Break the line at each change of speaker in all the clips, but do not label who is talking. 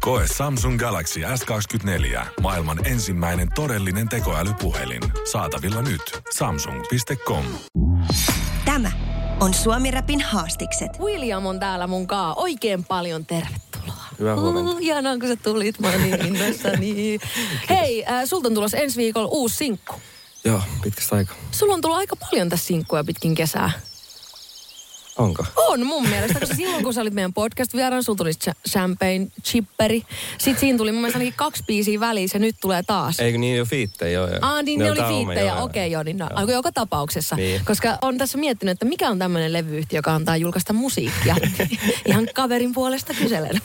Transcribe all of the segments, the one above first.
Koe Samsung Galaxy S24. Maailman ensimmäinen todellinen tekoälypuhelin. Saatavilla nyt. Samsung.com.
Tämä on Suomi Rapin haastikset.
William on täällä munkaan. Oikein paljon tervetuloa.
Hyvää huomenta.
Uh, ihanaa, kun sä tulit. Mä oon niin innoissani. Hei, äh, sulta on tulossa ensi viikolla uusi sinkku.
Joo, pitkästä aikaa.
Sulla on tullut aika paljon tässä sinkkuja pitkin kesää.
Onko?
On mun mielestä, koska silloin kun sä olit meidän podcast-vieraan, sulla tuli cha- champagne, chipperi. Sitten siinä tuli mun mielestä ainakin kaksi biisiä väliin, se nyt tulee taas.
Eikö niin jo fiittejä joo. joo.
Ah, niin ne,
on
oli
taume,
fiittejä.
joo,
Okei, okay, joo, niin no,
Joo.
joo. joka tapauksessa.
Niin.
Koska on tässä miettinyt, että mikä on tämmöinen levyyhtiö, joka antaa julkaista musiikkia. Ihan kaverin puolesta kyselen.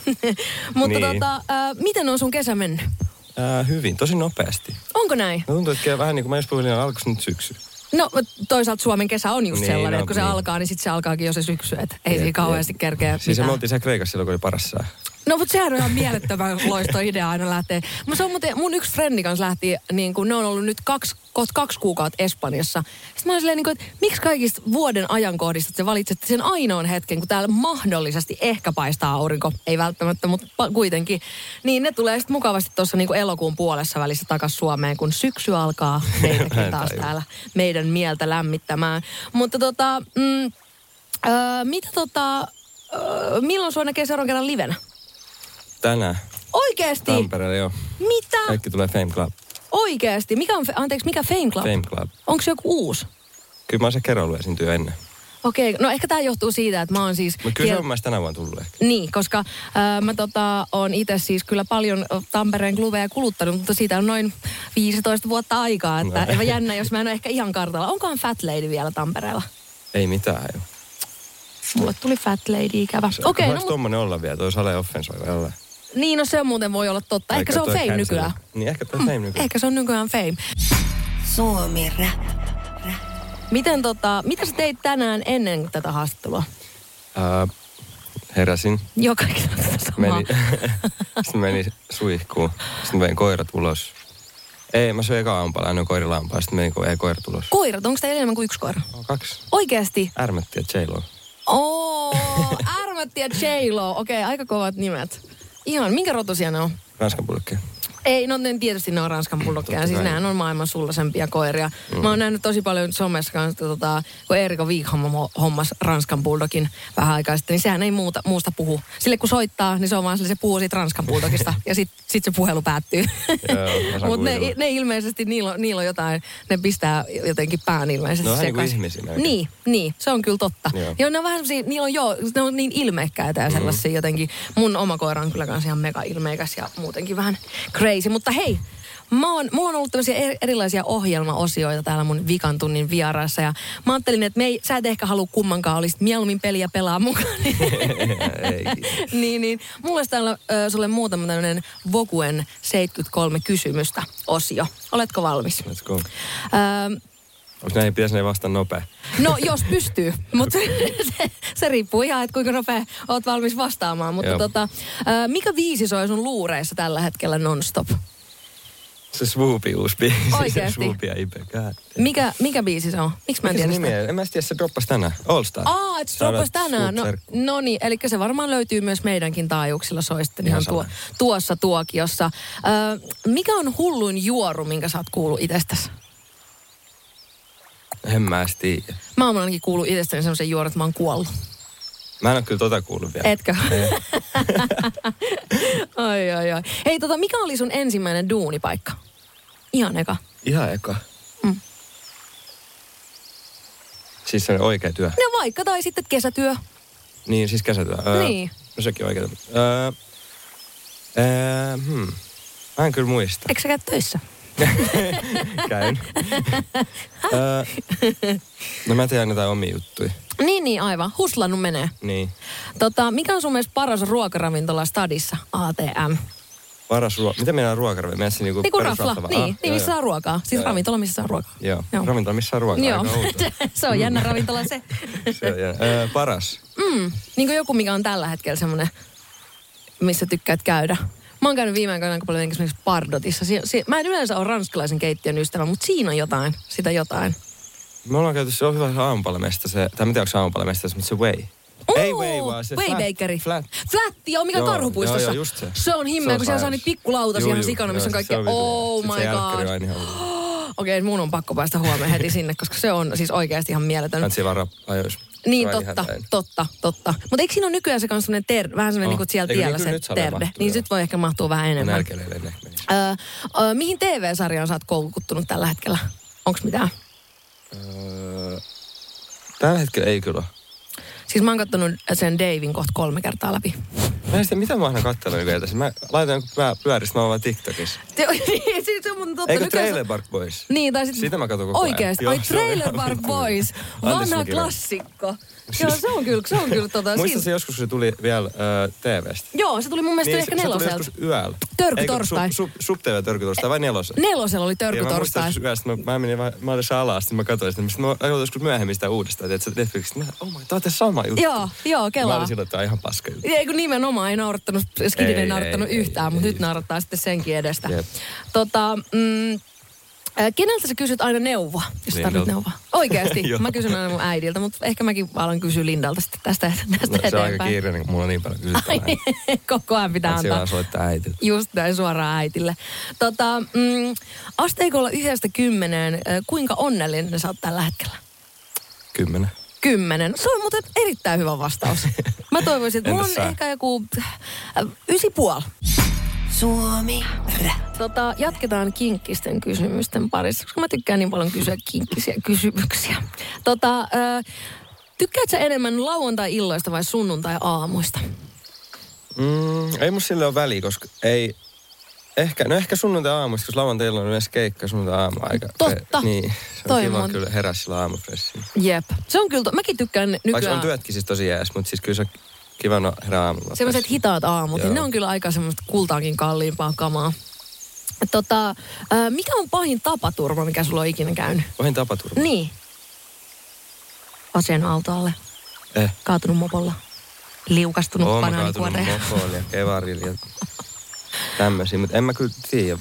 Mutta
Niin.
tota, äh, miten on sun kesä mennyt?
Ää, hyvin, tosi nopeasti.
Onko näin?
Mä tuntuu, että käy vähän niin kuin mä just puhuin, niin alkoi nyt syksy.
No toisaalta Suomen kesä on just
Niin,
sellainen,
no,
että kun se
niin.
alkaa, niin sitten se alkaakin jo se syksy. Että ei
Jep,
siinä
jep.
kauheasti kerkeä
Siis
mitään.
me oltiin siellä Kreikassa silloin, kun oli paras sää.
No mutta sehän on ihan mielettömän loistoidea aina lähtee. Mä se on muuten, mun yksi frendi kanssa lähti, niin kun ne on ollut nyt kaksi, kohta kaksi kuukautta Espanjassa. Sitten mä olin silleen, niin kun, että miksi kaikista vuoden ajankohdista te valitsette sen ainoan hetken, kun täällä mahdollisesti ehkä paistaa aurinko. Ei välttämättä, mutta pa- kuitenkin. Niin ne tulee sitten mukavasti tuossa niin elokuun puolessa välissä takaisin Suomeen, kun syksy alkaa meitäkin taas
Tajun.
täällä meidän mieltä lämmittämään. Mutta tota, mm, öö, mitä tota, öö, milloin suona kesä on kerran livenä?
Tänään
Niin. Oikeesti?
Tampereella, joo.
Mitä?
Kaikki tulee Fame Club.
Oikeesti? Mikä on, fe- anteeksi, mikä Fame Club?
Fame Club.
Onko se joku uusi?
Kyllä mä oon se kerrallu esiintyy ennen.
Okei, okay. no ehkä tämä johtuu siitä, että mä oon siis...
Mutta No kyllä
kiel-
se on mä tänä vuonna tullut ehkä.
Niin, koska äh, mä tota, on itse siis kyllä paljon ö, Tampereen klubeja kuluttanut, mutta siitä on noin 15 vuotta aikaa, että no. jännä, jos mä en ole ehkä ihan kartalla. Onkohan Fat Lady vielä Tampereella?
Ei mitään. Ei.
Mulle tuli Fat Lady ikävä.
Se-
Okei,
Voiko
no, mut,
tommonen olla vielä? Toi sale offensoiva jollain.
niin no se muuten voi olla totta. Ehkä
Aika
se on
toi
Fame
cancel.
nykyään. Mm.
Niin, ehkä toi Fame nykyään.
Ehkä se on nykyään Fame.
Suomi Rap.
Miten tota, mitä sä teit tänään ennen tätä haastattelua?
Ää, heräsin.
Joo, kaikki on sitä samaa.
Meni, sitten meni suihkuun. Sitten vein koirat ulos. Ei, mä söin eka aamupalan, annoin koirille aamupalan. Sitten meni ko- ei koirat ulos.
Koirat, onko teillä enemmän kuin yksi koira?
On kaksi.
Oikeasti?
Ärmätti ja j
Oo, Armatti ja J-Lo. Okei, okay, aika kovat nimet. Ihan, minkä rotusia ne on?
Ranskan pulkki.
Ei, no ne tietysti ne on Ranskan pullokkeja.
Totta
Siis
kai.
nehän on maailman sullasempia koiria. Mm. Mä oon nähnyt tosi paljon somessa kanssa, tota, kun Erika Viikhammo hommas Ranskan bulldokin vähän aikaa sitten, niin sehän ei muuta, muusta puhu. Sille kun soittaa, niin se on vaan sille, se puhuu siitä Ranskan bulldogista ja sit, sit se puhelu päättyy.
Joo, mä saan
Mutta ne,
kuvitella.
ne, ilmeisesti, niillä on, niillä on jotain, ne pistää jotenkin pään ilmeisesti
No, vähän niin kuin
sekaisin.
ihmisiä melkein.
Niin, niin, se on kyllä totta. Joo,
Joo. Mhm.
ne on vähän semmosia- niillä on joo, ne on niin ilmeikkäitä ja sellaisia jotenkin. Mun oma koira on kyllä kans ihan mega ilmeikäs ja muutenkin vähän crazy. Mutta hei, mä oon, mulla on ollut tämmöisiä er, erilaisia ohjelmaosioita täällä mun vikan tunnin vieraassa. Ja mä ajattelin, että me ei, sä et ehkä halua kummankaan, olisit mieluummin peliä pelaa mukaan.
ei.
niin, niin. Mulla olisi täällä ö, sulle muutama tämmöinen Vokuen 73 kysymystä osio. Oletko valmis?
Let's go.
Ö,
Onko näin, pitäisi ne vastata nopea?
No jos pystyy, mutta se, se riippuu ihan, että kuinka nopea oot valmis vastaamaan. Mutta
Joo.
tota, ää, mikä viisi soi sun luureissa tällä hetkellä nonstop?
Se swoopi uusi biisi.
Oikeesti?
Se swoopi ja Ipe. God.
Mikä, mikä biisi se on? Miksi mä en
Mikä se
tiedä
nimi?
sitä?
on? En mä edes tiedä, se droppas tänään. All Star.
Aa, että
Sä olet
sopas tänään. No,
Swoopserkku.
no niin, eli se varmaan löytyy myös meidänkin taajuuksilla. Se on sitten
Ihan
ihan tuo,
sama.
tuossa tuokiossa. Ö, mikä on hullun juoru, minkä sä oot kuullut itsestäsi? No.
En mä edes tiedä.
Mä oon ainakin kuullut itsestäni semmoisen juoron, että mä oon kuollut.
Mä en ole kyllä tota kuullut vielä.
Etkö? ai, ai, ai. Hei, tota, mikä oli sun ensimmäinen duunipaikka? Ihan eka.
Ihan eka.
Mm.
Siis se oikea työ.
No vaikka, tai sitten kesätyö.
Niin, siis kesätyö.
Niin.
No sekin oikea työ. Öö, öö, hmm. Mä en kyllä muista.
Eikö sä käy töissä?
Käyn. öö, no mä teen näitä omia juttuja.
Niin, niin, aivan. Huslannut menee.
Niin.
Tota, mikä on sun mielestä paras ruokaravintola stadissa? ATM.
Varas ruo... Mitä meillä on ruokaravio? Meillä se niinku
Niin kuin rafla,
perusrafla vai?
niin,
Ah,
niin
joo,
missä
joo.
saa ruokaa. Siis
Joo,
ravintola, missä saa ruokaa.
Joo, joo. ravintola, missä saa ruokaa.
Joo,
Aika outo.
se on jännä ravintola se.
Se on jännä. Öö, paras.
niin kuin joku, mikä on tällä hetkellä semmoinen, missä tykkäät käydä. Mä oon käynyt viime aikoina aika paljon esimerkiksi Pardotissa. Si- si- mä en yleensä ole ranskalaisen keittiön ystävä, mutta siinä on jotain, sitä jotain.
Me ollaan käyty, se on hyvä se aamupalamesta, se, tai mitä onko se aamupalamesta, mutta se Way. Ei Way, vaan se
Way
flat,
Bakeri.
flat.
Flat, joo, mikä on
Joo,
karhupuistossa.
joo, joo, just se.
se on
Se
himmeä,
on
kun siellä saa
sairas.
niitä pikkulautas
Juu,
ihan
juu,
sikana,
joo,
missä on
se
kaikki,
on vitun.
oh
Sit
my
se jälkkäri on
god.
aina ihan vitun.
Okei, okay, mun on pakko päästä huomenna heti sinne, koska se on siis oikeasti ihan mieletön.
Kansi vaan rap- ajois.
Niin,
Se on ihan
totta,
täynnä.
totta, totta. Mutta eikö siinä ole nykyään se kans semmonen ter- vähän semmoinen
On.
oh. niinku siellä
Eikö
tiellä
nyky-
se
nyt saa
terde?
tapahtua,
Niin
joo.
sit voi ehkä mahtua vähän enemmän.
Nälkäleille ne menisi.
Öö, öö, mihin TV-sarjaan sä oot koukuttunut tällä hetkellä? Onks mitään?
Öö, Tällä hetkellä ei kyllä. ole.
Siis mä oon kattonut sen Davin kohta kolme kertaa läpi.
Mä en sitä, mitä mä aina katselen niin etäisin. Mä laitan jonkun pää pyöristä, mä oon vaan TikTokissa.
Se on- siis se on mun totta.
Eikö
nykyään se-
Trailer Park Boys?
Niin, tai sit...
Sitä mä katson koko ajan.
Oikeesti,
Joo,
ai
se on ihan
Trailer Park
vitun hyvä.
Boys.
Anteeksi,
Vanha
mä kirjoitin.
klassikko. Joo, se on kyllä, se on kyllä tota...
Muistan
siinä-
se joskus, kun se tuli vielä öö, TVstä.
Joo, se tuli mun mielestä
Niin,
ehkä
se- se tuli
neloselta.
joskus yöllä.
Törky
Eikö,
torstai.
Sub, sub, sub TV Törky torstai vai nelosen?
Nelosella oli törky
Niin, Mä muistan
torstai.
joskus yöstä, mä, mä menin vaan, mä olin siellä alas, niin mä katsoin sitä. Sitten mä katsoin joskus myöhemmin sitä uudestaan, että se Netflixistä, mä, oh my, tää on tässä sama juttu.
Joo, joo,
Mä
kelaa.
olin silloin, että tää on ihan paska juttu.
Ei kun nimenomaan ei naurattanut, Skidin ei,
Ei,
naurattanut
ei,
yhtään,
ei,
mutta
ei
nyt naurattaa sitten senkin edestä.
Jep.
Tota, mm, äh, keneltä sä kysyt aina neuvoa, jos
Lindalta.
tarvitset neuvoa? Oikeasti.
Joo.
mä kysyn aina mun äidiltä, mutta ehkä mäkin alan kysyä Lindalta sitten tästä, tästä
No, se on aika
eteenpäin.
kiireinen, kun mulla on niin paljon kysyttävää.
Koko ajan pitää
Että
antaa.
sillä soittaa äiti.
Just näin suoraan äitille. Tota, mm, asteikolla yhdestä kymmeneen, äh, kuinka onnellinen sä oot tällä hetkellä?
Kymmenen.
Kymmenen. Se on muuten erittäin hyvä vastaus. Mä toivoisin, että mulla
Entäs
on
sä?
ehkä joku äh, ysi puoli.
Suomi Rap.
Tota, jatketaan kinkkisten kysymysten parissa, koska mä tykkään niin paljon kysyä kinkkisiä kysymyksiä. Tota, ö, tykkäätkö sä enemmän lauantai-illoista vai sunnuntai-aamuista?
Mm, ei mun sille ole väliä, koska ei... Ehkä, no ehkä sunnuntai aamuista, koska lauantailla on yleensä keikka sunnuntai aamu aika.
Totta.
niin, se on
Toi
kiva
mun-
kyllä herää sillä aamufressiin.
Jep. Se on kyllä, to- mäkin tykkään
Vaikka on
nykyään
työtkin siis tosi jääs, mutta siis kyllä se on kiva no, herää aamulla.
semmoiset hitaat aamut, niin
Joo.
ne on kyllä aika semmoista kultaakin kalliimpaa kamaa. Tota, ö, mikä on pahin tapaturma, mikä sulla on ikinä käynyt?
Pahin tapaturma.
Niin. Asian auto alle,
Eh.
kaatunut mopolla, liukastunut
Oon mä kaatunut
banaanikuoreen.
mopoon ja kevarille ja tämmöisiä, mutta en mä kyllä tiedä.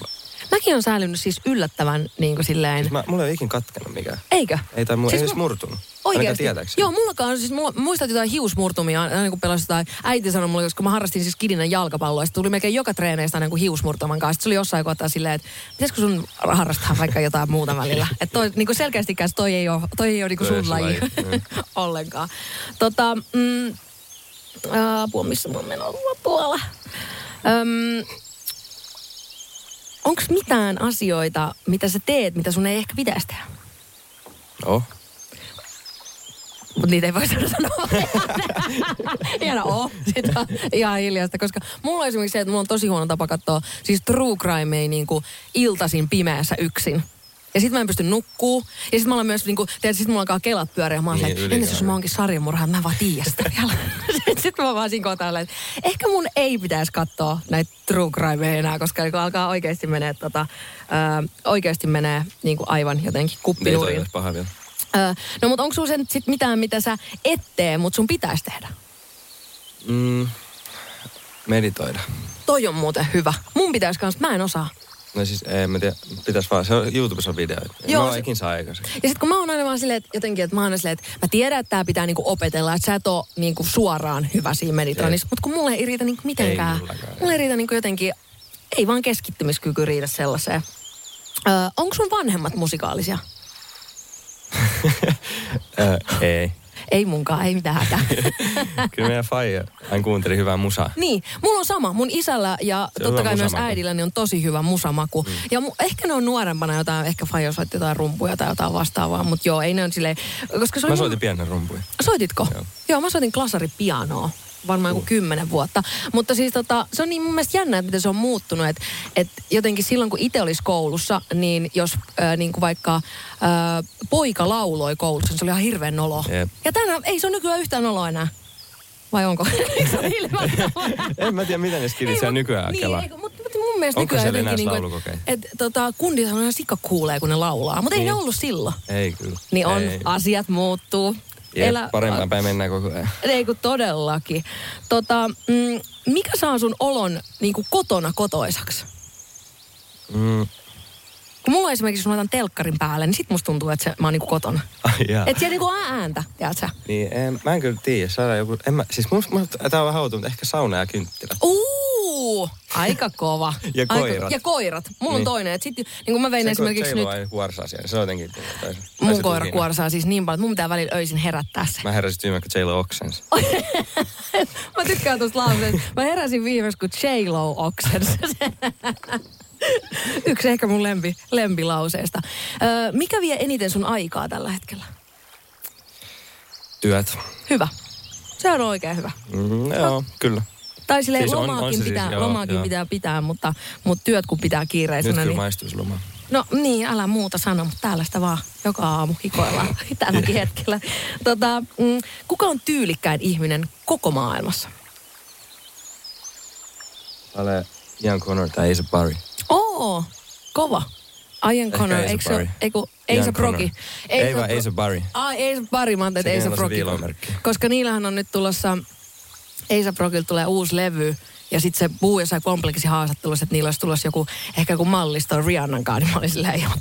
Mäkin on säilynyt siis yllättävän niin kuin silleen...
Siis mä, mulla ei ole ikin katkenut mikään.
Eikö?
Ei tai mulla
Siis
siis ei edes
mu-
murtunut. Ainakaan
Oikeasti.
tietääkseni.
Joo, mullakaan on siis, mulla, muistat jotain hiusmurtumia, aina kun pelasin jotain. Äiti sanoi mulle, koska mä harrastin siis kidinän jalkapalloa, ja sit tuli melkein joka treeneistä aina kuin hiusmurtuman kanssa. Sit se oli jossain kohtaa silleen, että pitäisikö sun harrastaa vaikka jotain muuta välillä. Että toi, niin kuin selkeästikäs toi ei ole, toi ei ole niin kuin
Toi ei
sun
ole
laji
sun laji, niin.
ollenkaan. Tota, mm, ää, apua, missä mä menen olla tuolla? Öm, Onko mitään asioita, mitä sä teet, mitä sun ei ehkä pitäisi tehdä?
Oh.
Mutta niitä ei voi saada sanoa. Hieno oo. Sitä ihan hiljaista, koska mulla on esimerkiksi se, että mulla on tosi huono tapa katsoa siis true crimea niinku iltaisin pimeässä yksin. Ja sit mä en pysty nukkuu. Ja sit mä olen myös niinku, tiedät, sit mulla alkaa kelat pyöriä. ja Mä oon
Niin,
niin, entäs
ylikäyrä.
jos mä oonkin sarjamurha, mä en vaan tiedä sitä vielä. Sit- sit mä vaan siinä kohtaa olen, että ehkä mun ei pitäisi katsoa näitä true crimeja enää, koska niinku alkaa oikeasti menee tota, ö, oikeasti menee niinku aivan jotenkin
Ei toi
kuppinurin.
ole paha vielä.
Öö, no mutta onko sulla sen sit mitään, mitä sä et tee, mutta sun pitäisi tehdä?
Mm, meditoida.
Toi on muuten hyvä. Mun pitäisi kans, mä en osaa.
No siis ei, mä tiedä, pitäis vaan, se on, YouTubessa on videoita.
Joo,
Joo, mä
se-
se... ikin saa aikaiseksi.
Ja sitten kun mä oon aina vaan silleen, että jotenkin, että mä oon aina silleen, että mä tiedän, että tää pitää niinku opetella, että sä et oo niinku suoraan hyvä siinä meditoinnissa, mutta kun mulle ei riitä niinku mitenkään.
Ei mullakaan,
mulle ei riitä niinku jotenkin, ei vaan keskittymiskyky riitä sellaiseen. Öö, onko sun vanhemmat musikaalisia?
Öö, ei.
Ei munkaan, ei mitään hätää.
Kyllä meidän faija, hän kuunteli hyvää musaa.
Niin, mulla on sama. Mun isällä ja
Se on
totta
hyvä
kai myös
musamaku.
äidillä niin on tosi hyvä musamaku. Mm. Ja mu, ehkä ne on nuorempana jotain, ehkä Fajo soitti jotain rumpuja tai jotain vastaavaa, mutta joo, ei ne on silleen... Koska se on
Mä soitin pienen rumpuja.
Soititko? Joo.
Joo.
joo, mä soitin klasaripianoa varmaan joku kymmenen vuotta. Mutta siis tota, se on niin mun mielestä jännä, että miten se on muuttunut. Että et jotenkin silloin, kun itse olisi koulussa, niin jos äh, niin kuin vaikka äh, poika lauloi koulussa, niin se oli ihan hirveän nolo.
Jep.
Ja tänään ei se ole nykyään yhtään noloa enää. Vai onko? se on hiljaista.
En mä tiedä, mitä ne skidit
Ei,
siellä
mut-
nykyään
niin,
kelaa.
eikö, mutta, mutta mun mun mielestä
Onko
nykyään
siellä enää
jotenkin... Niin
laulukokeita?
et, tota, kundit on ihan sikakuulee, kun ne laulaa. Mutta ei
Niin.
ne ollut silloin.
Ei kyllä.
Niin on,
Ei.
asiat muuttuu.
Jep, parempaan päin mennään koko ajan.
Ei kun todellakin. Tota, mm, mikä saa sun olon niin kuin kotona kotoisaksi?
Mm.
Kun mulla esimerkiksi, kun mä laitan telkkarin päälle, niin sit musta tuntuu, että se, mä oon niin kuin kotona.
Ai jaa.
Et siellä niin kuin ääntä, tiedätkö?
Niin, en, mä en kyllä tiedä. Saadaan joku... En mä, siis musta, musta, tää on vähän outo, mutta ehkä sauna ja kynttilä.
Uu, aika kova.
Ja
aika,
koirat.
Ja koirat. Mulla niin. on
Niin.
toinen. Et sit, niin kuin mä vein
Se, kun
esimerkiksi nyt,
J-Lo aina kuorsaa siellä, niin se on jotenkin... tai se- tai
mun
se
koira
tuhina.
kuorsaa siis niin paljon, että mun pitää välillä öisin herättää se.
Mä heräsin tyhmä, kun J-Lo oksensi.
Mä tykkään tuosta lauseesta. Mä heräsin viimeksi, kun J-Lo oksensi. Yksi ehkä mun lempi, lempilauseesta. Öö, mikä vie eniten sun aikaa tällä hetkellä?
Työt.
Hyvä. Se on oikein hyvä.
Mm, joo, kyllä.
Tai silleen
Siis
siis
on- on
lomaakin,
se siis,
pitää,
joo,
lomaakin
joo.
pitää pitää, mutta, mutta työt kun pitää
Nyt
kiireisenä.
kyllä
Niin,
maistuisi lomaa.
no niin, älä muuta sano, mutta täällä sitä vaan joka aamu hikoillaan tälläkin hetkellä. Tota, mm, kuka on tyylikkäin ihminen koko maailmassa?
Ale Ian Connor tai Isa Barry.
Oo, kova. Ian Connor,
Asa
eikö se
Barry.
ei kun Eisa
Ian Connor.
Broki.
Ei vaan Asa Barry.
Ai Eisa Barry, mä ajattelin, että
Sekin
Eisa
on se
Broki.
viilamerkki.
Koska niillähän on nyt tulossa, Eisa Brokilla tulee uusi levy, ja sitten se puu jossain kompleksi haastattelussa, että niillä olisi tulossa joku, ehkä joku mallisto Rihannan kanssa, niin mä olin silleen, joo,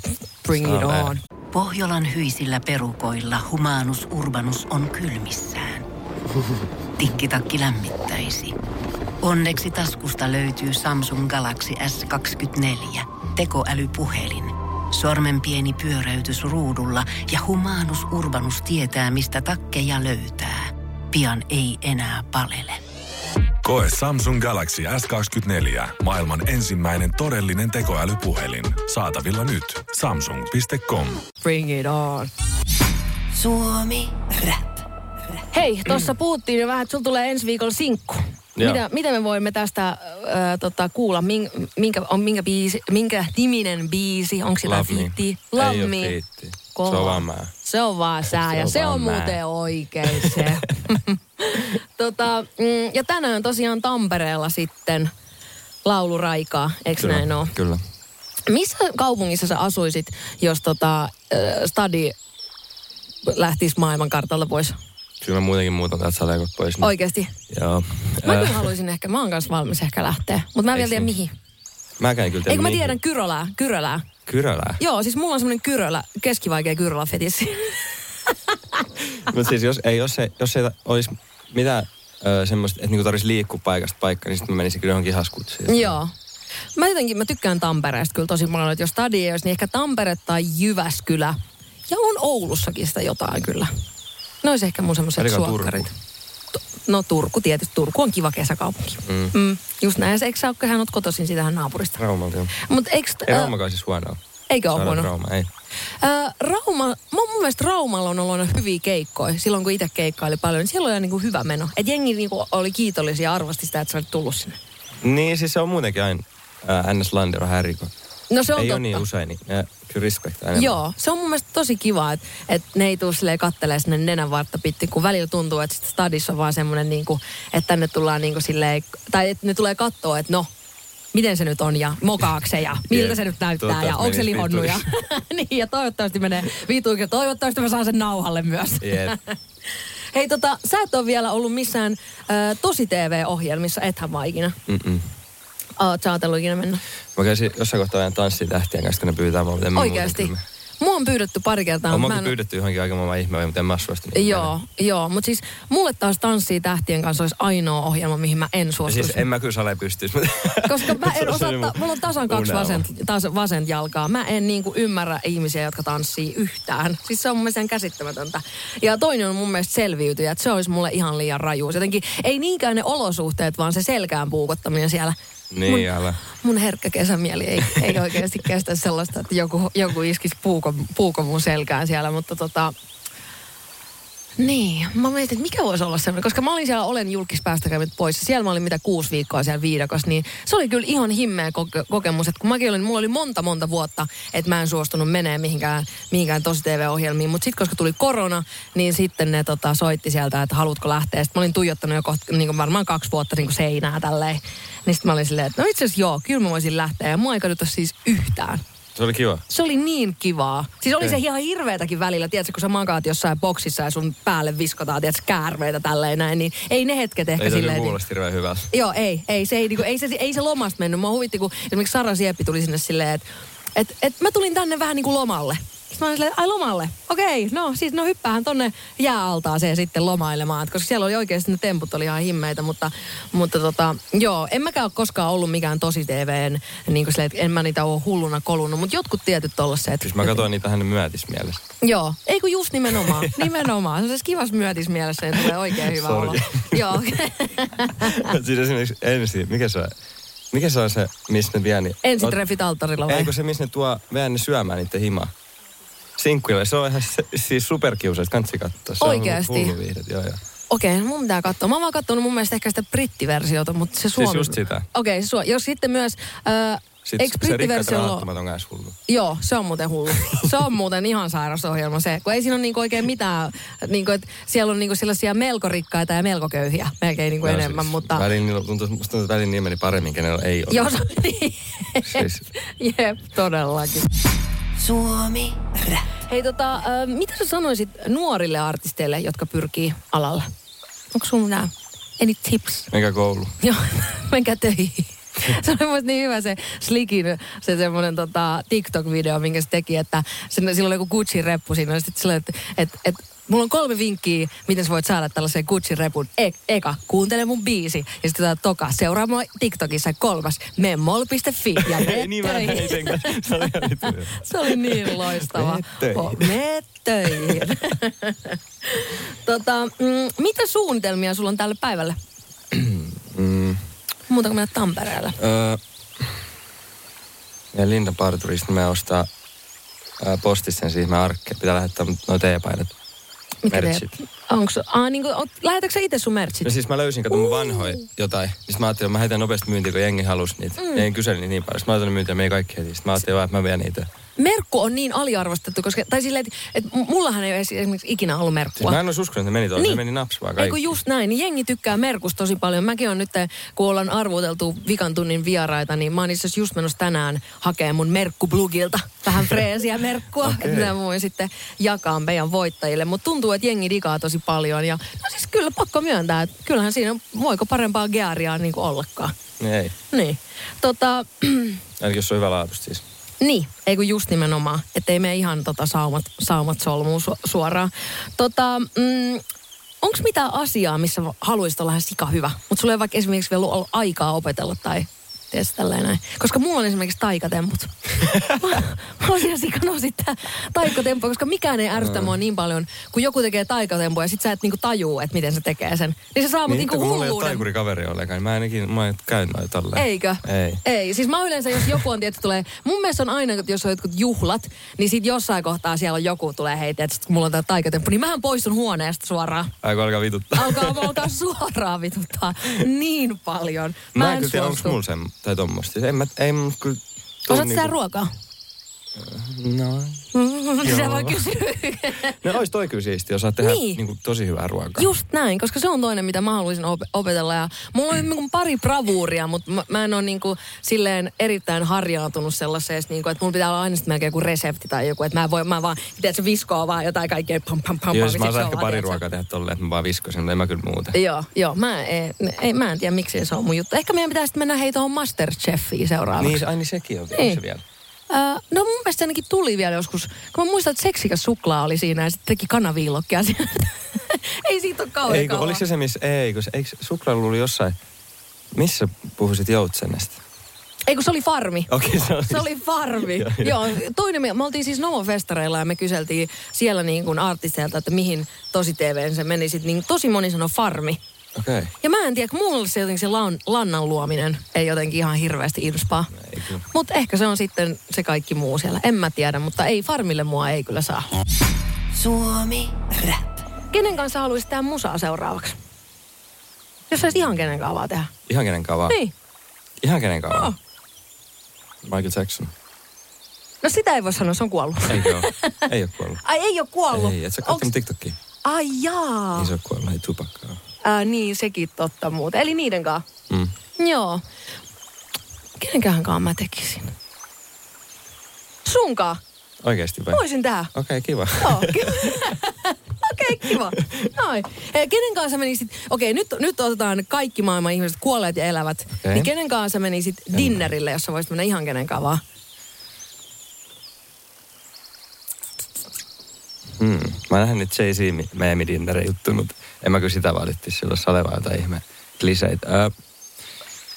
bring it
Saa
on.
Pohjolan hyisillä perukoilla humanus urbanus on kylmissään. Tikkitakki lämmittäisi. Onneksi taskusta löytyy Samsung Galaxy S24. Tekoälypuhelin. Sormen pieni pyöräytys ruudulla ja humanus urbanus tietää, mistä takkeja löytää. Pian ei enää palele.
Koe Samsung Galaxy S24. Maailman ensimmäinen todellinen tekoälypuhelin. Saatavilla nyt. Samsung.com.
Bring it on.
Suomi Rap.
Hei, tuossa puhuttiin jo vähän, että sulla tulee ensi viikolla sinkku.
Joo.
Mitä, mitä me voimme tästä äh, tota, kuulla? Min, minkä, on, minkä, biisi, minkä niminen biisi? Onko sitä
Love Me.
fiittiä?
Ei oo fiittiä.
Kova.
Se on vaan mä.
Se on vaan sää
Se
ja
on
se
vaan
on
mä.
muuten oikein se. tota, mm, ja tänään tosiaan Tampereella sitten lauluraikaa, eikö
Kyllä,
näin ole?
Kyllä.
Missä kaupungissa sä asuisit, jos tota, äh, stadi lähtisi maailmankartalta pois?
Kyllä mä muutenkin muutan täältä saleekot pois. niin-
Oikeasti.
Joo.
Mä
Äh,
kyllä haluaisin ehkä, mä oon kanssa valmis ehkä lähteä, mutta mä en vielä
Eiks
tiedä
niin?
mihin.
Mäkään en kyllä tiedä
Eikö mä
mihin.
tiedän Kyrölää, Kyrölää.
Kyrölää.
Joo, siis mulla on semmoinen Kyrölä, keskivaikea Kyrölä fetissi.
Mutta siis jos ei, jos ei, jos ei olisi mitään öö, semmoista, että niinku tarvitsisi liikkua paikasta paikkaan, niin sitten mä menisin kyllä johonkin haskutsiin.
Joo. Mä jotenkin, mä tykkään Tampereesta kyllä tosi paljon, että jos stadi ei olisi, niin ehkä Tampere tai Jyväskylä. Ja on Oulussakin sitä jotain kyllä. Ne olisi ehkä mun semmoiset
Eikä Turku.
suokkarit. Tu- No Turku tietysti, Turku on kiva kesäkaupunki. Mm. Mm, just näin, Ja se- eikö sä ole, hän oot kotoisin sitähän naapurista.
Raumalta, joo.
Mut eikö,
Ei
äh,
Raumakaan siis huonoa.
eikö ole
Saadaan
huono?
Rauma, ei.
Äh, Rauma, mun, mun mielestä Raumalla on ollut aina hyviä keikkoja. Silloin kun itse keikkaili paljon, niin siellä oli niin kuin hyvä meno. Et jengi niin kuin oli kiitollisia ja arvosti sitä, että sä olit tullut sinne.
Niin, siis se on muutenkin aina äh, NS Landero häirikö.
No se on
ei
totta.
ole niin usein, niin äh, kyllä respektaa enemmän.
Joo, se on mun mielestä tosi kiva, että et ne ei tule silleen kattelee sinne nenän vartta pitkin, kun välillä tuntuu, että sit stadissa on vaan semmoinen, niinku, että tänne tullaan niinku silleen, tai että ne tulee katsoa, että no, miten se nyt on ja mokaakse ja miltä
Jep.
se nyt näyttää ja
Toivottavasti
onko se
menisi
lihonnut ja,
vituiksi.
niin, ja toivottavasti menee vituikin. ja Toivottavasti mä saan sen nauhalle myös.
Jep.
Hei tota, sä et ole vielä ollut missään ö, tosi TV-ohjelmissa, ethän vaan ikinä.
Mm-mm.
Oot sä ajatellut ikinä mennä?
Mä käsin jossain kohtaa ajan tanssiin tähtien kanssa, kun ne pyytää mua, mutta en mä muuten
Oikeasti.
kyllä mä-
Mua on pyydetty pari kertaa.
Oon
mutta No,
mä
mä en-
kyllä pyydetty johonkin aika maailman ihmeen, mutta en mä suostu. niin
Joo, joo. Mutta siis mulle taas Tanssii tähtien kanssa olisi ainoa ohjelma, mihin mä en
Ja
suostuisi.
Siis en mä kyllä sale pystyisi. mutta-
Koska mä
Se
en
on
osaa,
semmoinen
ta- mulla on tasan kaksi
unelma.
vasent, tas, vasent jalkaa. Mä en niinku ymmärrä ihmisiä, jotka tanssii yhtään. Siis se on mun mielestä ihan käsittämätöntä. Ja toinen on mun mielestä selviytyjä, että se olisi mulle ihan liian rajuus. Jotenkin ei niinkään ne olosuhteet, vaan se selkään puukottaminen siellä.
Niin, älä.
Mun herkkä kesämieli ei, ei oikeasti kestä sellaista, että joku, joku iskisi puukon, puukon mun selkään siellä, mutta tota... Niin, mä mietin, että mikä voisi olla semmoinen, koska mä olin siellä Olen julkispäästäkäymät pois. Siellä mä olin mitä kuusi viikkoa siellä viidakossa, niin se oli kyllä ihan himmeä koke- kokemus. Että kun mäkin olin, mulla oli monta monta vuotta, että mä en suostunut menee mihinkään, mihinkään tosi TV-ohjelmiin. Mutta sitten koska tuli korona, niin sitten ne tota, soitti sieltä, että haluatko lähteä. Sitten mä olin tuijottanut jo kohta, niin kuin varmaan kaksi vuotta niin kuin seinää tälleen. Niin sitten mä olin silleen, että no itse asiassa joo, kyllä mä voisin lähteä. Ja mua ei kaduta siis yhtään.
Se oli kiva.
Se oli niin kivaa. Siis oli se
Okei.
ihan hirveetäkin välillä, tiedätkö, kun sä makaat jossain boksissa ja sun päälle viskotaan, tiedätkö, käärmeitä tälleen näin, niin ei ne hetket ehkä
Ei se kyllä
silleen... niin-
kuulosti hirveän hyvältä.
Joo, ei, ei se, ei, niinku, ei, se, ei se lomasta mennyt. Mua huvitti, kun esimerkiksi Sara Sieppi tuli sinne silleen, että et, et mä tulin tänne vähän niin kuin lomalle. Sitten mä olin silleen, ai lomalle, okei, no siis no hyppäähän tonne jääaltaaseen sitten lomailemaan, Et koska siellä oli oikeasti ne temput oli ihan himmeitä, mutta, mutta tota, joo, en mäkään ole koskaan ollut mikään tosi TVn, niin kuin silleen, että en mä niitä ole hulluna kolunnut, mutta jotkut tietyt tollaset.
Siis mä katsoin niitä hänen myötismielessä.
Joo, ei kun just nimenomaan, nimenomaan. Se on kivas myötis mielessä, niin tulee oikein hyvä
Sorry.
olo. Joo,
siis esimerkiksi ensi, mikä se on? Mikä se on se, missä ne vie? Niin...
ensitreffit alttarilla vai?
Eikö se, missä ne tuo vähän ne syömään niiden himaa? Sinkkuille. Se on ihan se, siis superkiusa, että kansi katsoa. Se
Oikeasti?
on hullu viihdet, joo joo.
Okei, no mun pitää katsoa. Mä oon vaan katsonut mun mielestä ehkä sitä brittiversiota, mutta se suomi...
Siis just sitä.
Okei, okay, su- jos sitten myös... Äh, eikö
Sitten se rikkaat
brittiversio ole...
rahattomat on kanssa hullu.
Joo, se on muuten hullu. Se on muuten ihan sairas ohjelma se, kun ei siinä ole niinku oikein mitään, niinku, et siellä on niinku sellaisia melko rikkaita ja melko köyhiä melkein niinku
Joo,
enemmän,
siis
mutta...
Välin, niillä- tuntuu, musta tuntuu, että välin niillä meni paremmin, kenellä ei ole.
Joo, se on niin.
Siis-
Jep, todellakin.
Suomi Rap.
Hei tota, äh, mitä sä sanoisit nuorille artisteille, jotka pyrkii alalle? Onko sulla mitään any tips?
Mikä koulu?
Joo, menkää töihin. Se oli musta niin hyvä se Slikin, se semmoinen tota, TikTok-video, minkä se teki, että sen, sillä oli joku Gucci-reppu siinä, ja sitten sillä, että, että, että mulla on kolme vinkkiä, miten sä voit saada tällaisen Gucci-repun. E- eka, kuuntele mun biisi. Ja sitten tää toka, seuraa mua TikTokissa. Kolmas, mene mol.fi ja mene
niin
töihin.
senkään. Se oli ihan vittu hyvä.
Se oli niin loistava.
Mene töihin.
Oh, mene töihin. tota, mm, mitä suunnitelmia sulla on tälle päivälle? Muuta kuin mennä Tampereelle.
Öö, ja Linda Parturista me ostaa öö, postissa sen siihen arkkeen. Pitää lähettää nuo teepaidat.
Mitkä
Merchit.
teet? Onko ah, niin kuin, lähetätkö sä itse sun merchit?
No siis mä löysin, kato mun vanhoja jotain. Niin sit mä ajattelin, että mä heitän nopeasti myyntiin, kun jengi halusi niitä. Mm. Ei kyseli niitä niin paljon. Sit mä ajattelin myyntiä, me ei kaikki heti. Sit mä ajattelin vaan, että mä vien niitä. Siis
Merkku on niin aliarvostettu, koska, tai silleen, että, että mullahan ei ole esi- esimerkiksi ikinä ollut
Siis
merkkua.
mä en olisi uskonut, että ne meni tuolla.
Niin.
Niin. Ne meni naps vaan
Ei
kaikki.
kun just näin, niin jengi tykkää merkusta tosi paljon. Mäkin on nyt, kun ollaan arvuteltu vikan tunnin vieraita, niin mä oon itse asiassa just menossa tänään hakemaan mun merkkublogilta vähän freesiä merkkua, okay. mitä mä voin sitten jakaa meidän voittajille. Mutta tuntuu, että jengi digaa tosi paljon ja no siis kyllä pakko myöntää, että kyllähän siinä voiko parempaa geariaa niin kuin ollakaan.
Niin ei.
Niin. Tota,
Ainakin jos se on hyvä laatusta siis.
Niin, ei kun just nimenomaan, ettei mene ihan tota saumat, saumat solmuun su- suoraan. Tota, mm, onko mitään asiaa, missä va- haluaisit olla ihan sika hyvä, mutta sulla ei vaikka esimerkiksi vielä ollut aikaa opetella tai tiedätkö, tälleen näin. Koska mulla on esimerkiksi taikatemput. mä, mä olisin ihan sikana sitä taikatempua, koska mikään ei
Mm.
ärsytä mua niin paljon, kun joku tekee taikatempua ja sit sä et niinku tajuu, että miten se tekee sen. Niin se saa mut
Niin,
niinku
kun mulla ei ole
hulluuden.
taikurikaveri ollenkaan, niin mä ainakin mä en käy noin tolleen.
Eikö?
Ei.
Ei. Siis mä yleensä, jos joku on tietty tulee, mun mielestä on aina, jos on jotkut juhlat, niin sit jossain kohtaa siellä on joku tulee heitä, että mulla on tää taikatemppu, niin mähän poistun huoneesta suoraan.
Aiko alkaa vituttaa.
Alkaa mä alkaa suoraan vituttaa niin paljon.
Mä, en kyllä tiedä, onko mulla sen tai tommoista. Siis en mä, ei mun kyllä... tuu
Osaat sä
niinku-
ruokaa?
No.
Sä vaan kysyy.
No ois toi kyllä siistiä, osaat tehdä
Niin.
niin. niinku, tosi hyvää ruokaa.
Just näin, koska se on toinen, mitä mä haluaisin op- opetella. Ja mulla on niinku pari bravuuria, mutta mä, mä en ole niinku silleen erittäin harjaantunut sellaiseen, niinku, että mulla pitää olla aina sit melkein joku resepti tai joku, että mä en voi, mä vaan, tiedätkö, viskoa vaan jotain kaikkea pam pam pam.
Joo,
pam,
siis
sit
mä
se
osaan ehkä
ollaan,
pari
tiedätkö.
ruokaa tehdä tolleen, että mä vaan viskosin, mutta en mä kyllä muuten.
Joo, joo, mä, ei, ei, mä en tiedä miksi se on mun juttu. Ehkä meidän pitää sitten mennä hei tuohon Masterchefiin seuraavaksi.
Niin, ai niin sekin on,
Niin.
niin. se vielä.
Öö, no mun mielestä se ainakin tuli vielä joskus, kun mä muistan, että seksikäs suklaa oli siinä ja sitten teki kanaviillokkia siinä. ei siitä ole kauan
Eikö,
kauan.
oliko se se, missä, eikö, se- eikö suklaaluuli jossain, missä puhuisit joutsenesta?
Eikö se oli farmi?
Okei, okay, se oli.
Se oli farmi.
Joo,
Joo, toinen, me, me oltiin siis Novo-festareilla ja me kyseltiin siellä niin kuin artisteilta, että mihin tosi TVn se meni. Sitten niin tosi moni sanoi farmi.
siis- Okei. Okay.
Ja mä en tiedä, kun mulla se jotenkin se lan, lannan luominen ei jotenkin ihan hirveästi inspaa.
Ei kyllä.
Mutta ehkä se on sitten se kaikki muu siellä. En mä tiedä, mutta ei farmille mua ei kyllä saa.
Suomi Rap.
Kenen kanssa haluaisit tehdä musaa seuraavaksi? Jos saisit ihan kenen kanssa vaan tehdä.
Ihan kenen kanssa vaan.
Niin.
Ihan kenen kanssa
No.
vaan. Michael Jackson.
No sitä ei voi sanoa, se on kuollut.
Eikö ole? Ei ole kuollut.
Ai ei ole kuollut.
Ei, et sä
Onks-
katsonut TikTokia.
Ai jaa.
Ei se ole kuollut, ei tupakkaa.
Ää, niin, sekin totta muuten. Eli niiden kanssa.
Mm.
Joo. Kenenkähän kanssa mä tekisin? Sunkaan.
Oikeesti vai?
Voisin tehdä.
Okei, okay, kiva.
Joo, kyllä. Okei, kiva. Noin. Eh, Kenen kanssa sä menisit, okei nyt, nyt otetaan kaikki maailman ihmiset, kuolleet ja elävät.
Okei.
Niin kenen kanssa sä menisit dinnerille, jos sä voisit mennä ihan kenen kanssa vaan?
Mm. Mä nähden nyt Jay-Z meemi dinneri juttu, mutta en mä kyllä sitä valittis silloin, jos olevaa jotain ihme kliseitä. Ö,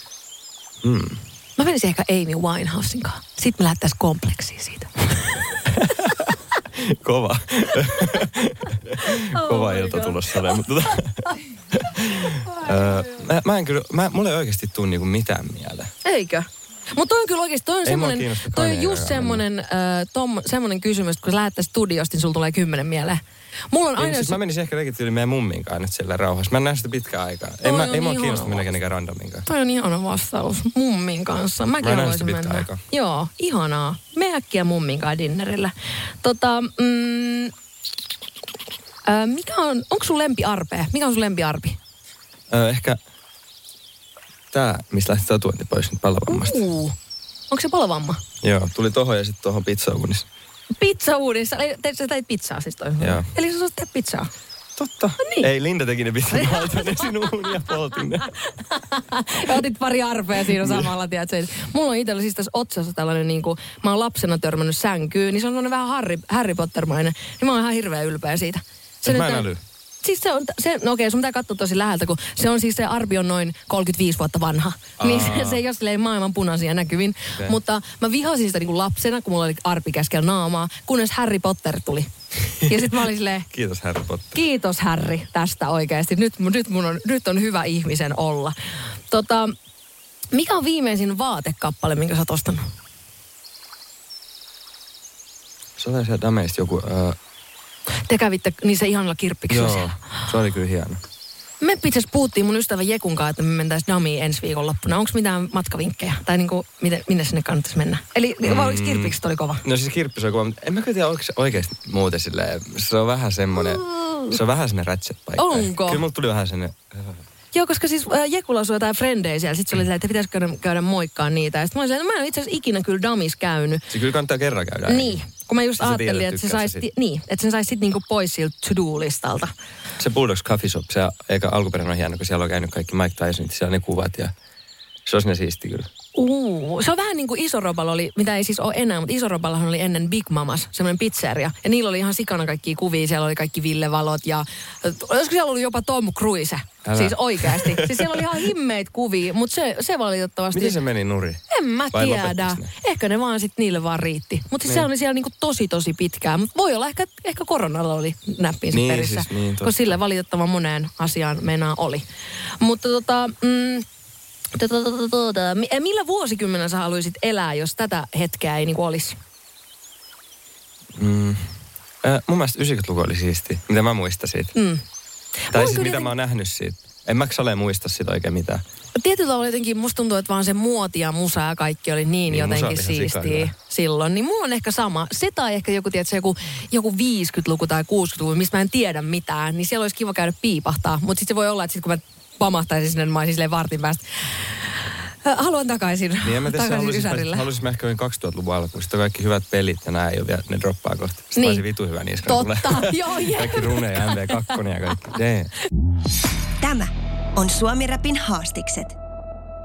mm.
Mä menisin ehkä Amy Winehousein kanssa. Sitten me lähdettäisiin kompleksiin siitä.
Kova. Kova
Oh my
ilta
God.
tulossa olemaan. Mutta, tota, Ö, mä, mä en kyllä, mä, mulla ei oikeasti tuu niinku mitään mieltä.
Eikö? Mutta toi on kyllä oikeasti, toi on
Ei mua
semmoinen,
kiinnosta
toi on
Kanye
just
West.
semmoinen, äh, tom, semmoinen kysymys, että kun sä lähdet tästä studiosta, niin sulla tulee kymmenen mieleen. Mulla on
Ei,
aina...
mut siis mä menisin ehkä leikit yli meidän mumminkaan nyt sillä rauhassa. Mä en näe sitä pitkään aikaa. Ei,
Toi
mä,
on
ei mua
niin
kiinnosta
huono
mennä kenenkään randominkaan.
Toi on ihana vastaus mummin kanssa. Mäkin
Mä näen
haluaisin
sitä pitkä
mennä.
aika.
Joo, ihanaa. Me äkkiä mummin kanssa dinnerillä. Tota, mm, ö, mikä on, onko sun lempiarpe? Mikä on sun lempiarpi?
Ö, ehkä tää, mistä lähti tatuointi pois nyt pallavammasta.
Uu. Onko se palovamma?
Joo, tuli tohon ja sitten tohon pizzauunissa.
Pizza uudessa. Ei, te, sä teit pizzaa siis toi.
Joo.
Eli sä saat tehdä pizzaa.
Totta.
niin.
Ei, Linda teki ne pizzat. Mä otin ne sinuun ja poltin ne.
Ja otit pari arpea siinä samalla, tiedätkö? Mulla on itsellä siis tässä otsassa tällainen, niin kuin, mä oon lapsena törmännyt sänkyyn, niin se on semmoinen vähän Harry, Harry Potter-mainen. Niin mä oon ihan hirveän ylpeä siitä.
Et mä
nyt
en
on-
äly.
Siis se on, se, no okei, sun pitää katsoa tosi läheltä, kun se on siis se arpi on noin 35 vuotta vanha. Aa. Niin se, se ei ole silleen maailman punaisia näkyvin. Okay.
Okei.
Mutta mä vihasin sitä niin kuin lapsena, kun mulla oli arpi keskellä naamaa, kunnes Harry Potter tuli. Ja sitten mä olin silleen,
Kiitos Harry Potter.
Kiitos Härri tästä oikeasti. Nyt, mu- nyt, mun on, nyt on hyvä ihmisen olla. Tota, mikä on viimeisin vaatekappale, minkä sä oot ostanut?
Se oli se dameista joku. Äh,
Te kävitte niissä ihanilla kirppiksillä
joo,
siellä.
se oli kyllä hieno.
Me itse asiassa puhuttiin mun ystävän Jekun kanssa, että me mentäis Damiin ensi viikonloppuna. Onko mitään matkavinkkejä? Tai niinku, miten, minne sinne kannattaisi mennä? Eli mm. vai oliko kirppikset oli kova?
No siis kirppis on kuva, mutta en mä kyllä tiedä, onko se oikeasti muuten silleen. Se on vähän semmonen, se on vähän sinne ratchet paikka.
Mm. Onko?
Kyllä mulla tuli vähän sinne.
Joo, koska siis äh, Jekulla asui jotain frendejä siellä. Sitten se oli se, että pitäisikö käydä, käydä moikkaa niitä. Ja sitten mä olin silleen, että mä en ole itse asiassa ikinä kyllä Damis käynyt.
Se kyllä kannattaa kerran käydä.
Niin, kun mä just
Ja sä tiedät,
ajattelin, että se
tykkäät sä
saisi
siitä.
niin, että sen sais sit niinku pois siltä to-do-listalta.
Se Bulldogs Coffee Shop, se eikä alkuperäinen on hieno, kun siellä on käynyt kaikki Mike Tysonit, siellä on ne kuvat ja se on sinne siisti kyllä.
Uu, se on vähän niin kuin Isoroballa oli, mitä ei siis ole enää, mutta Isoroballahan oli ennen Big Mamas, semmoinen pizzeria. Ja niillä oli ihan sikana kaikki kuvia, siellä oli kaikki Ville Valot ja äh, olisiko siellä ollut jopa Tom Cruise, Älä.
Älä.
siis oikeasti. siis siellä oli ihan himmeitä kuvia, mutta se, se valitettavasti...
Miten se meni nuri?
En mä
Vai Niin.
tiedä.
lopettiks ne?
Ehkä ne vaan sitten niille vaan riitti. Mutta siis se oli siellä niinku tosi tosi pitkään. Mutta voi olla ehkä, ehkä koronalla oli näppiin
Niin,
perissä.
siis niin, totta.
kun sillä valitettavan moneen asiaan meinaa oli. Mutta tota, mm, tota, tota, tota, mi- millä vuosikymmenellä sä haluaisit elää, jos tätä hetkeä ei niinku olisi?
Mm. Äh, mun mielestä 90-luku oli siisti, mitä mä muistan siitä. Mm. Tai
Mulla
siis
on
mitä
kyllä
mä oon nähnyt siitä. En mä sale muista siitä oikein mitään.
Tietyllä tavalla jotenkin musta tuntuu, että vaan se muoti ja musa ja kaikki oli niin, niin
Niin, musa
jotenkin
oli ihan
siistiä
sikana.
silloin. Niin mulla on ehkä sama. Se tai ehkä joku, tiedätkö, joku, joku 50-luku tai 60-luku, mistä mä en tiedä mitään, niin siellä olisi kiva käydä piipahtaa. Mutta sitten se voi olla, että sit kun mä pamahtaisin sinne, niin mä olisin silleen vartin päästä. "Ö, Haluan takaisin.
Niin en mä tiedä,
takaisin
haluaisin,
Ysärille.
haluaisin mä ehkä jokin 2000-luvun alkuun. Sitten kaikki hyvät pelit ja nää ei ole vielä, ne droppaa kohta. Sitten
Niin.
niin. olisi vitu hyvä niska. kun
Totta,
tulee.
joo, jep.
Kaikki rune ja MV2 ja kaikki. Damn.
Tämä on Suomi Rapin haastikset.